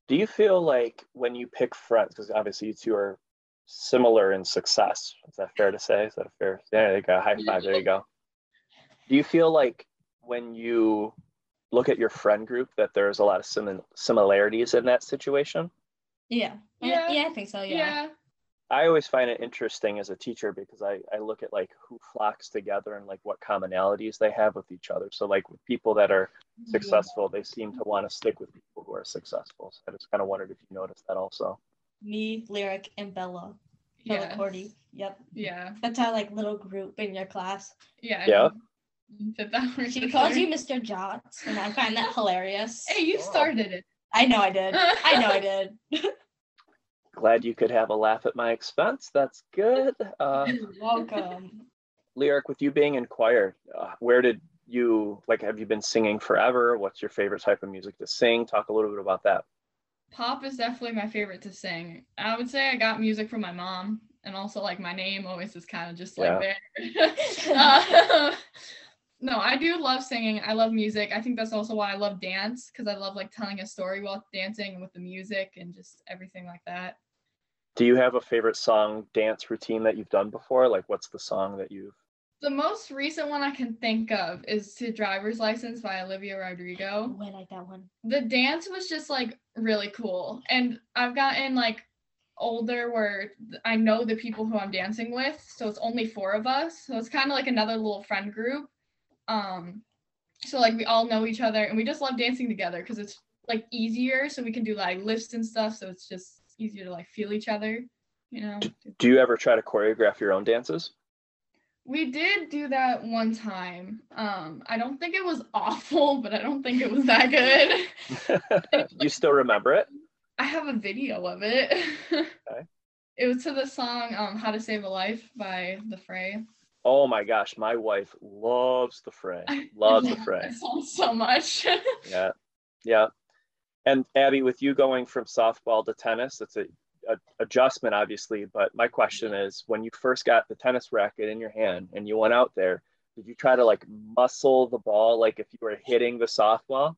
Do you feel like when you pick friends, because obviously you two are similar in success, is that fair to say? Is that a fair? There you go. High five. There you go. Do you feel like when you look at your friend group that there's a lot of simi- similarities in that situation? Yeah. I- Yeah. yeah, I think so. Yeah. Yeah. I always find it interesting as a teacher because I, I look at like who flocks together and like what commonalities they have with each other. So like with people that are successful, they seem to want to stick with people who are successful. So I just kind of wondered if you noticed that also. Me, lyric, and Bella. Bella Yeah. Cordy. Yep. Yeah. That's our like little group in your class. Yeah. Yeah. You Fit that word She together. calls you Mr. Jots, and I find that (laughs) hilarious. Hey, you Wow. started it. I know I did. I know I did. Glad you could have a laugh at my expense. That's good. (laughs) Uh, You're (laughs) Welcome. Lyric, with you being in choir, uh, where did you like? Have you been singing forever? What's your favorite type of music to sing? Talk a little bit about that. Pop is definitely my favorite to sing. I would say I got music from my mom, and also like my name always is kind of just like there. (laughs) Uh, no, I do love singing. I love music. I think that's also why I love dance because I love like telling a story while dancing and with the music and just everything like that. Do you have a favorite song dance routine that you've done before? Like, what's the song that you've The most recent one I can think of is to Driver's License by Olivia Rodrigo. Oh, I like that one. The dance was just like really cool. And I've gotten like older where th- I know the people who I'm dancing with. So it's only four of us. So it's kind of like another little friend group. Um So like we all know each other and we just love dancing together because it's like easier. So we can do like lifts and stuff. So it's just easier to like feel each other, you know. Do you ever try to choreograph your own dances? We did do that one time. Um, I don't think it was (laughs) awful, but I don't think it was that good. you still remember it? I have a video of it. Okay. (laughs) It was to the song um, "How to Save a Life" by The Fray. Oh my gosh, my wife loves the fray. Loves (laughs) the fray. That song so (laughs) much. Yeah. Yeah. And Abby, with you going from softball to tennis, it's a, a adjustment obviously, but my question is when you first got the tennis racket in your hand and you went out there, did you try to like muscle the ball like if you were hitting the softball?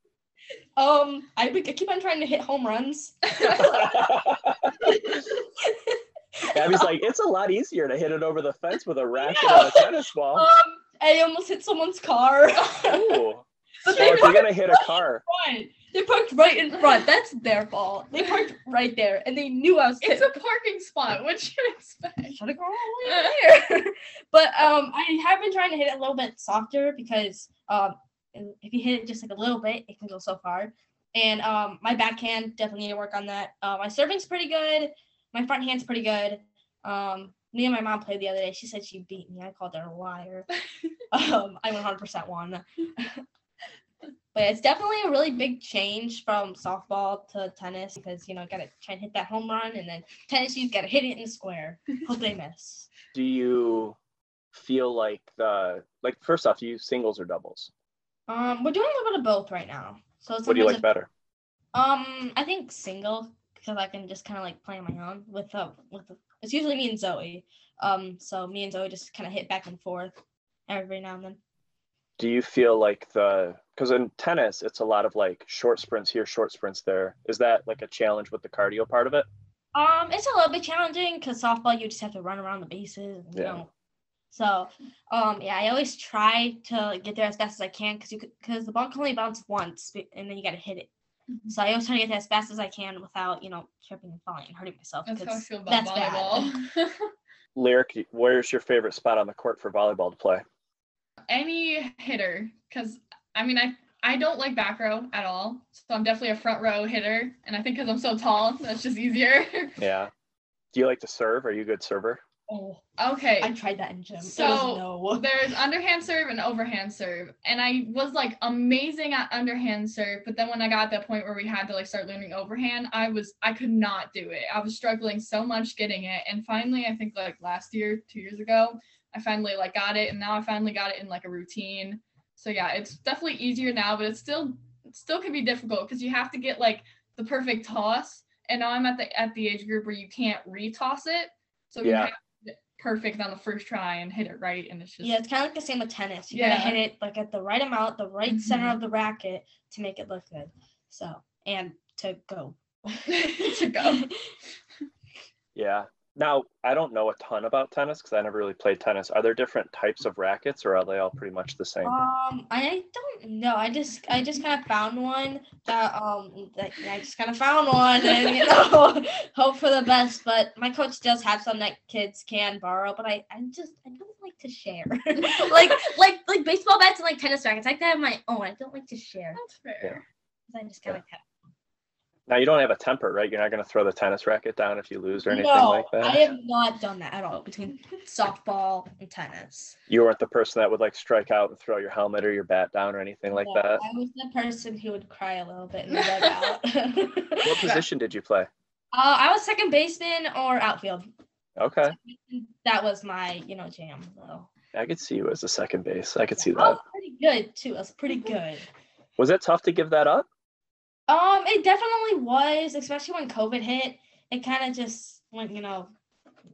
Um, I, be- I keep on trying to hit home runs. Abby's like, it's a lot easier to hit it over the fence with a racket and a tennis um, ball. I almost hit someone's (laughs) car. (laughs) Ooh. but Well, they if you're parked gonna hit a car, right. They parked right in front. That's their fault. They parked right there, and they knew I was. it's a parking spot. What you expect? should have gone all the way there. (laughs) but um, I have been trying to hit it a little bit softer because um, if you hit it just like a little bit, it can go so far. And um, my backhand definitely need to work on that. Uh, my serving's pretty good. My front hand's pretty good. Um, me and my mom played the other day. She said she beat me. I called her a liar. um, I 100% won. (laughs) But it's definitely a really big change from softball to tennis because you know gotta try and hit that home run, and then tennis you gotta hit it in the square. Hope they miss. do you feel like the like first off, do you singles or doubles? Um, we're doing a little bit of both right now. So it's What do you sometimes like better? if- Um, I think single because I can just kind of like play on my own with uh with the, it's usually me and Zoe. Um, so me and Zoe just kind of hit back and forth every now and then. Do you feel like the because in tennis it's a lot of like short sprints here, short sprints there. Is that like a challenge with the cardio part of it? Um, it's a little bit challenging because softball you just have to run around the bases. And, you Yeah. know. So, um, yeah, I always try to get there as fast as I can because you because the ball can only bounce once be- and then you gotta hit it. Mm-hmm. So I always try to get there as fast as I can without you know tripping and falling and hurting myself. That's how I 'cause feel about that's bad. volleyball. (laughs) Lyric, where's your favorite spot on the court for volleyball to play? Any hitter, because I mean, I I don't like back row at all, so I'm definitely a front row hitter, and I think because I'm so tall, that's just easier. (laughs) Yeah. Do you like to serve? Are you a good server? Oh, okay, I tried that in gym. it So- was no. (laughs) there's underhand serve and overhand serve and i was like amazing at underhand serve but then when i got to that point where we had to like start learning overhand i was i could not do it i was struggling so much getting it and finally i think like last year two years ago i finally like got it and now i finally got it in like a routine so yeah it's definitely easier now but it's still it still can be difficult because you have to get like the perfect toss and now i'm at the at the age group where you can't retoss it so you Yeah. have to get perfect on the first try and hit it right and it's just (laughs) Yeah, it's kind of like the same with tennis. You gotta Yeah. hit it like at the right amount, the right center Mhm. of the racket to make it look good. So and to go. to (laughs) go. Yeah. Now, I don't know a ton about tennis because I never really played tennis. Are there different types of rackets or are they all pretty much the same? Um, I don't know. I just I just kind of found one that um that I just kind of found one and you know (laughs) hope for the best. But my coach does have some that kids can borrow, but I I just I don't like to share. (laughs) like like like baseball bats and like tennis rackets. I like to have my own. I don't like to share. That's fair. 'cause I just kind of Now, you don't have a temper, right? You're not going to throw the tennis racket down if you lose or anything no, like that. I have not done that at all between softball and tennis. you weren't the person that would like strike out and throw your helmet or your bat down or anything like No, that. I was the person who would cry a little bit in the dugout. (laughs) uh, What position did you play? I was second baseman or outfield. Okay. That was my, you know, jam though. I could see you as a second base. I could see I was that. pretty good too. I was pretty good. Was it tough to give that up? Um, it definitely was, especially when COVID hit. It kind of just went, you know,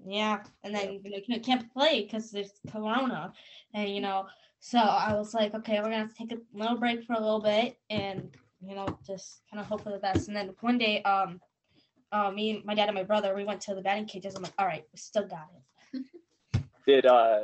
yeah, and then you know, you can't play because there's Corona, and you know, so I was like, okay, we're gonna have to take a little break for a little bit, and you know, just kind of hope for the best. And then one day, um, uh, me, my dad, and my brother, we went to the batting cages. I'm like, all right, we still got it. Did uh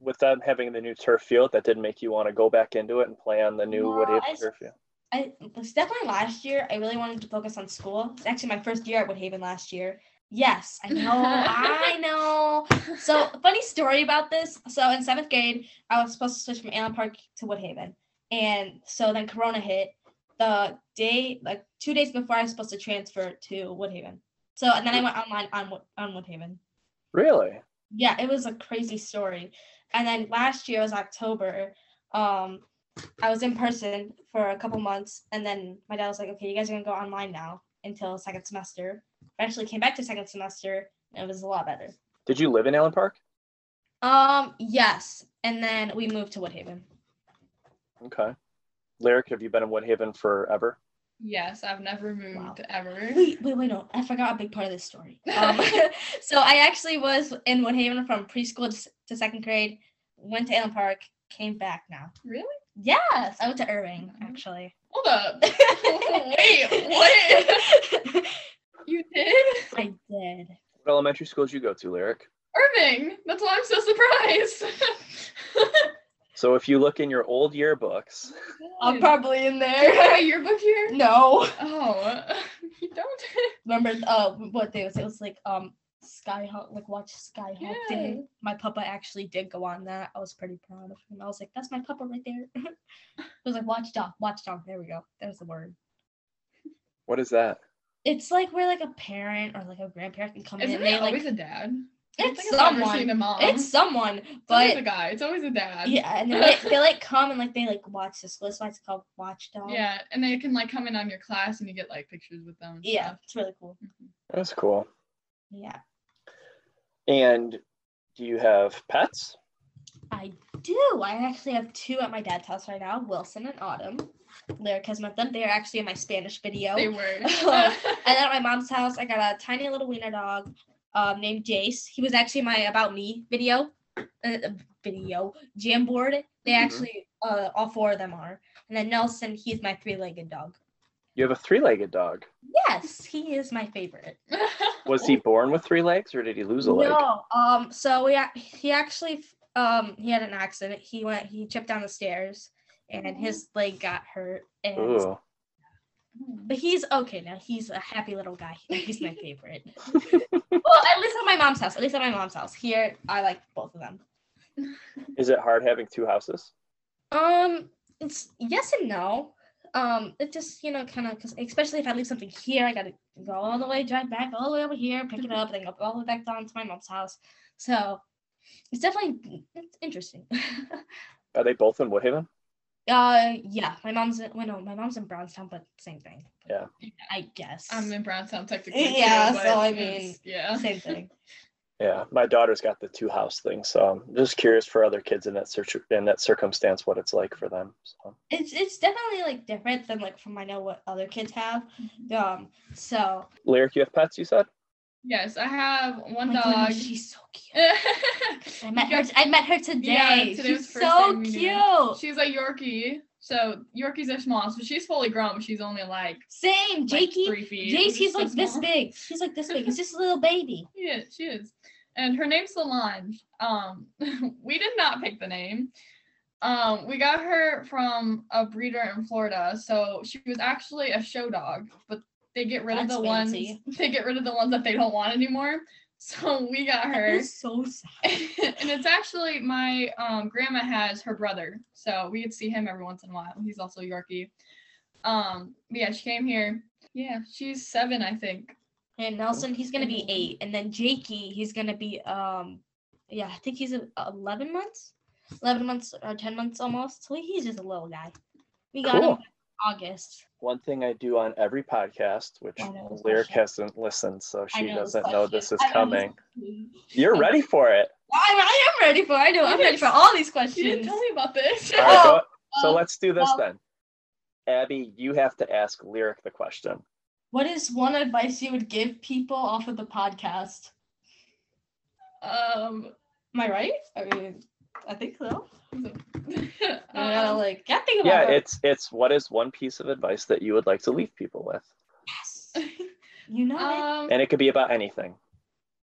with them having the new turf field that didn't make you want to go back into it and play on the new No, Woodhaven I- turf field? I it was definitely last year. I really wanted to focus on school. It's actually my first year at Woodhaven last year. Yes, I know, I know. So funny story about this. So in seventh grade, I was supposed to switch from Allen Park to Woodhaven, And so then Corona hit the day, like two days before I was supposed to transfer to Woodhaven. So and then I went online on Wo- on Woodhaven. Really? Yeah, it was a crazy story. And then last year was October. Um, I was in person for a couple months, and then my dad was like, "Okay, you guys are gonna go online now until second semester." I actually came back to second semester, and it was a lot better. Did you live in Allen Park? Um, yes, and then we moved to Woodhaven. Okay. Lyric, have you been in Woodhaven forever? Yes, I've never moved Wow. (laughs) ever. Wait, wait, wait, no, I forgot a big part of this story. Um, (laughs) so I actually was in Woodhaven from preschool to s- to second grade, went to Allen Park, came back now. Really? Yes, I went to Irving Mhm. actually. Hold up. Wait, what? You did? I did. What elementary schools you go to, Lyric? Irving. That's why I'm so surprised. (laughs) So if you look in your old yearbooks, I'm probably in You have there. (laughs) a yearbook here? no. Oh, (laughs) you don't. Remember uh what day was it? It was like um Skyhawk, like watch Skyhawk Day. Yeah. My papa actually did go on that. I was pretty proud of him. I was like, that's my papa right there. (laughs) it was like watch dog, watch dog. There we go. There's the word. what is that? It's like where like a parent or like a grandparent can come in Isn't and they it like always a dad? I don't it's think I've ever someone. seen a mom. It's someone, always a but guy. It's always a dad. yeah, and they like, they like come and like they like watch this. That's why it's called watch dog. Yeah, and they can like come in on your class and you get like pictures with them. and yeah, stuff. it's really cool. Mhm. That's cool. Yeah, And do you have pets? I do. I actually have two at my dad's house right now, Wilson and Autumn. Lyric has met them. They are actually in my Spanish video. They And (laughs) were. (laughs) then at my mom's house, I got a tiny little wiener dog um, named Jace. He was actually in my About Me video, uh, video jam board. They Mhm. actually, uh, all four of them are. And then Nelson, he's my three-legged dog. You have a three-legged dog. Yes, he is my favorite. Was he born with three legs or did he lose a leg? No, um, so we ac- he actually um he had an accident. He went he tripped down the stairs and his leg got hurt. And Ooh. but he's okay now. He's a happy little guy. He's my favorite. well, at least at my mom's house. At least at my mom's house. Here, I like both of them. Is it hard having two houses? Um, it's yes and no. Um, it just you know kind of because especially if I leave something here, I gotta go all the way, drive back all the way over here, pick it up, then go all the way back down to my mom's house. So it's definitely it's interesting. (laughs) Are they both in Woodhaven? uh, yeah, my mom's in, well, no, my mom's in Brownstown, but same thing. Yeah. I guess I'm in Brownstown technically. too, Yeah, but so I it's- mean- yeah. (laughs) same thing. Yeah, my daughter's got the two house thing, so I'm just curious for other kids in that search in that circumstance what it's like for them. So. It's it's definitely like different than like from I know what other kids have. Um, so Lyric, you have pets? You said Yes, I have one Oh my goodness, dog. she's so cute. I she met her. I met her today. Yeah, today she's was the first so time we knew. (laughs) cute. She's a Yorkie. So Yorkies are small, so she's fully grown, but she's only like, Same, like Jakey. three feet. Jace, which he's is so like this small. big. He's like this big. He's just a little baby. Yeah, she is. And her name's Solange. Um, (laughs) we did not pick the name. Um, we got her from a breeder in Florida. So she was actually a show dog, but they get rid That's of the fancy. ones (laughs) they get rid of the ones that they don't want anymore. So we got her. It's so sad. (laughs) and it's actually my um, grandma has her brother, so we could see him every once in a while. He's also a Yorkie. Um, but yeah, she came here. Yeah, she's seven, I think. And Nelson, he's gonna be eight, and then Jakey, he's gonna be um, yeah, I think he's a, eleven months, eleven months or ten months almost. So he's just a little guy. We got him Cool. in August. one thing I do on every podcast, which I know this Lyric question. hasn't listened, so I she know this doesn't know question. this is I know this coming. question. You're ready for it. I, I am ready for. I know. I'm ready for all these questions. She didn't tell me about this. All right, so, so um, let's do this well- then. Abby, you have to ask Lyric the question. What is one advice you would give people off of the podcast? (laughs) Um, (laughs) Am I right? I mean, I think so. I gotta um, like, gotta think about Yeah, it. it's it's what is one piece of advice that you would like to leave people with? Yes. (laughs) You know it. um, And it could be about anything.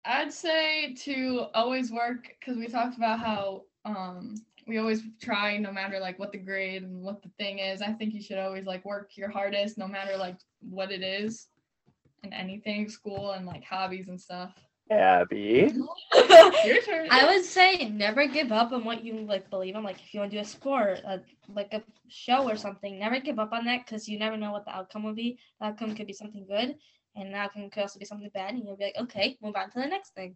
I'd say to always work because we talked about how um we always try no matter like what the grade and what the thing is. I think you should always like work your hardest no matter like what it is and anything, school and like hobbies and stuff. Abby. Your turn. Uh, I (laughs) would say never give up on what you like believe in. Like if you want to do a sport, uh like a show or something, never give up on that because you never know what the outcome will be. The outcome could be something good, and the outcome could also be something bad, and you'll be like, okay, move on to the next thing.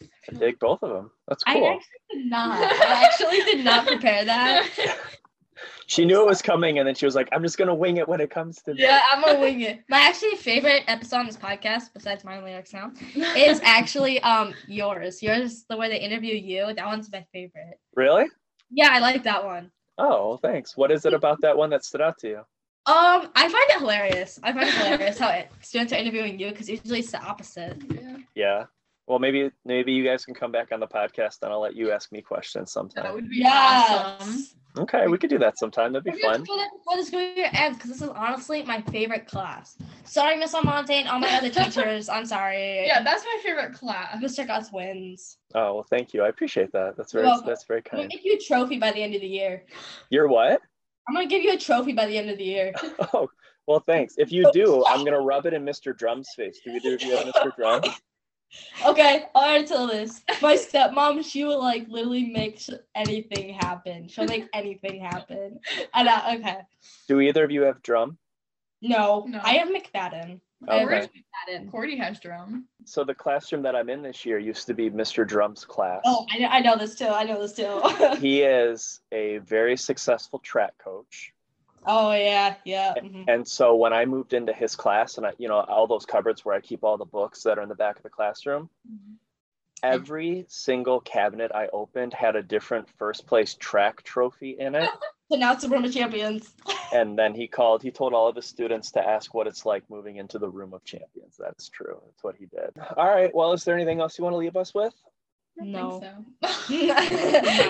I take both of them. That's cool. I actually did not. I actually did not prepare that. she knew it was coming, and then she was like, "I'm just gonna wing it when it comes to." (laughs) me." Yeah, I'm gonna wing it. My actually favorite episode on this podcast, besides my lyrics now, is actually um yours. Yours, the way they interview you, that one's my favorite. Really? Yeah, I like that one. Oh, well, thanks. What is it about that one that stood out to you? Um, I find it hilarious. I find it hilarious how it, students are interviewing you because usually it's the opposite. Yeah. Yeah. Well, maybe maybe you guys can come back on the podcast, and I'll let you ask me That questions sometime. would be Yeah. awesome. Okay, we could do that sometime. That'd We're be gonna fun. put it before the school year ends because this is honestly my favorite class. Sorry, Miss Almonte and all my other teachers. I'm sorry. Yeah, that's my favorite class. Mr. Goss wins. Oh well, thank you. I appreciate that. That's You're very welcome. that's very I'm gonna kind. make you a trophy by the end of the year. You're what? (laughs) I'm gonna give you a trophy by the end of the year. Oh well, thanks. If you do, I'm gonna rub it in Mr. Drum's face. Do either of you have Mr. Drum? Okay, I already tell this. My stepmom, she will like literally make sh- anything happen. (laughs) She'll make anything happen. And I, okay, Do either of you have Drum? no, No. I am McFadden. Okay. Okay. McFadden. Cordy has drum. So the classroom that I'm in this year used to be Mr. Drum's class. Oh, I know, I know this too. I know this too. (laughs) He is a very successful track coach. oh yeah, yeah. mhm. And so when I moved into his class and I, you know, all those cupboards where I keep all the books that are in the back of the classroom, every single cabinet I opened had a different first place track trophy in it. So now it's Supreme Champions. (laughs) And then he called, he told all of his students to ask what it's like moving into the room of champions. That's true. That's what he did. All right. Well, is there anything else you want to leave us with? I don't No. think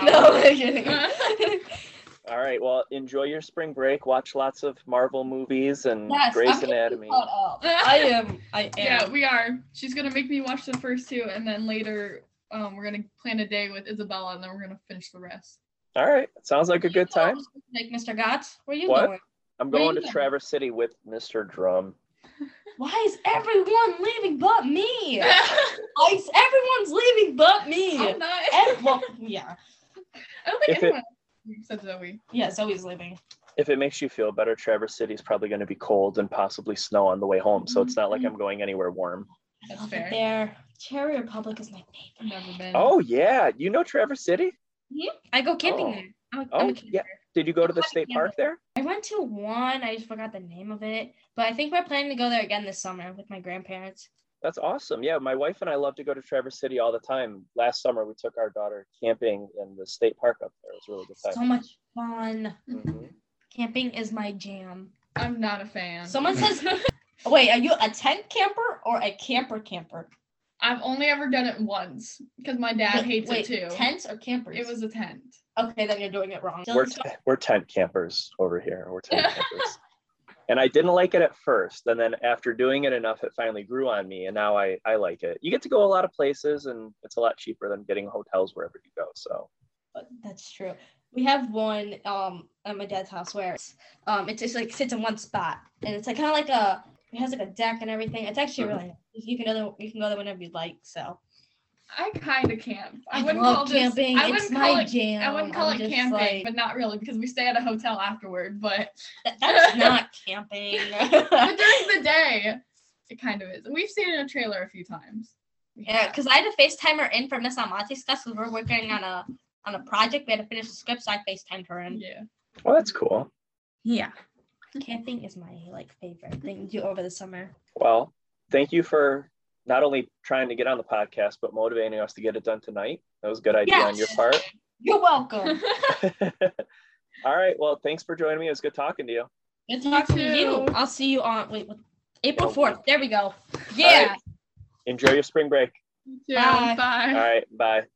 no, I'm kidding. (laughs) All right. Well, enjoy your spring break. Watch lots of Marvel movies and Yes, I'm Grey's gonna be Anatomy. caught up. I am. I am. so. yeah, we are. She's gonna make me watch the first two, and then later, um, we're gonna plan a day with Isabella, and then we're gonna finish the rest. All right. Sounds like a good time. Like Mr. Gotts, where you (laughs) What? going? I'm Where going you to going? Traverse City with Mr. Drum. Why is everyone leaving but me? Why is everyone's leaving but me? (laughs) I'm not. I Ev- well, yeah, don't think If it- anyone said Zoe. yeah, Zoe's leaving. if it makes you feel better, Traverse City is probably going to be cold and possibly snow on the way home. So it's not like Mm-hmm. I'm going anywhere warm. I That's love fair. it there. Cherry Republic is my favorite. I've never been. Oh yeah, you know Traverse City? I go camping Oh. there. I'm a, Oh I'm a camper. yeah. Did you go to the Hot state park there? I went to one. I just forgot the name of it, but I think we're planning to go there again this summer with my grandparents. That's awesome. Yeah, my wife and I love to go to Traverse City all the time. Last summer we took our daughter camping in the state park up there. It was a really good So time. much fun. Mhm. Camping is my jam. I'm not a fan. Someone (laughs) says, "Wait, are you a tent camper or a camper camper?" I've only ever done it once because my dad Wait, hates wait, it too. Tents or campers? It was a tent. okay. Then you're doing it wrong. We're t- we're tent campers over here. (laughs) We're tent campers. And I didn't like it at first, and then after doing it enough, it finally grew on me, and now I, I like it. You get to go a lot of places, and it's a lot cheaper than getting hotels wherever you go. So But That's true. We have one um at my dad's house where it's, um it just like sits in one spot and it's like kind of like a it has like a deck and everything. It's actually Mhm. really nice. You can go there, you can go there whenever you'd like. So I kind of camp. I, I wouldn't call love this- camping. I wouldn't it's call my it. jam. I wouldn't call I'm it just camping, like, but not really because we stay at a hotel afterward. But "That- (laughs) that's not camping. (laughs) but during the day, it kind of is. We've stayed in a trailer a few times. We yeah, have. because I had to FaceTime her in for Miss Amate's class because we're working on a on a project. We had to finish the script, so I FaceTimed her in. yeah. Well, that's cool. Yeah. Camping is my like favorite thing to do over the summer. Well, thank you for not only trying to get on the podcast, but motivating us to get it done tonight. That was a good idea on your Yes. part. You're welcome. (laughs) All right. Well, thanks for joining me. It was good talking to you. Good You talking to you. too. I'll see you on wait, what, April Oh. fourth. There we go. Yeah. Enjoy your spring break. You too. Bye. Bye. All right. Bye.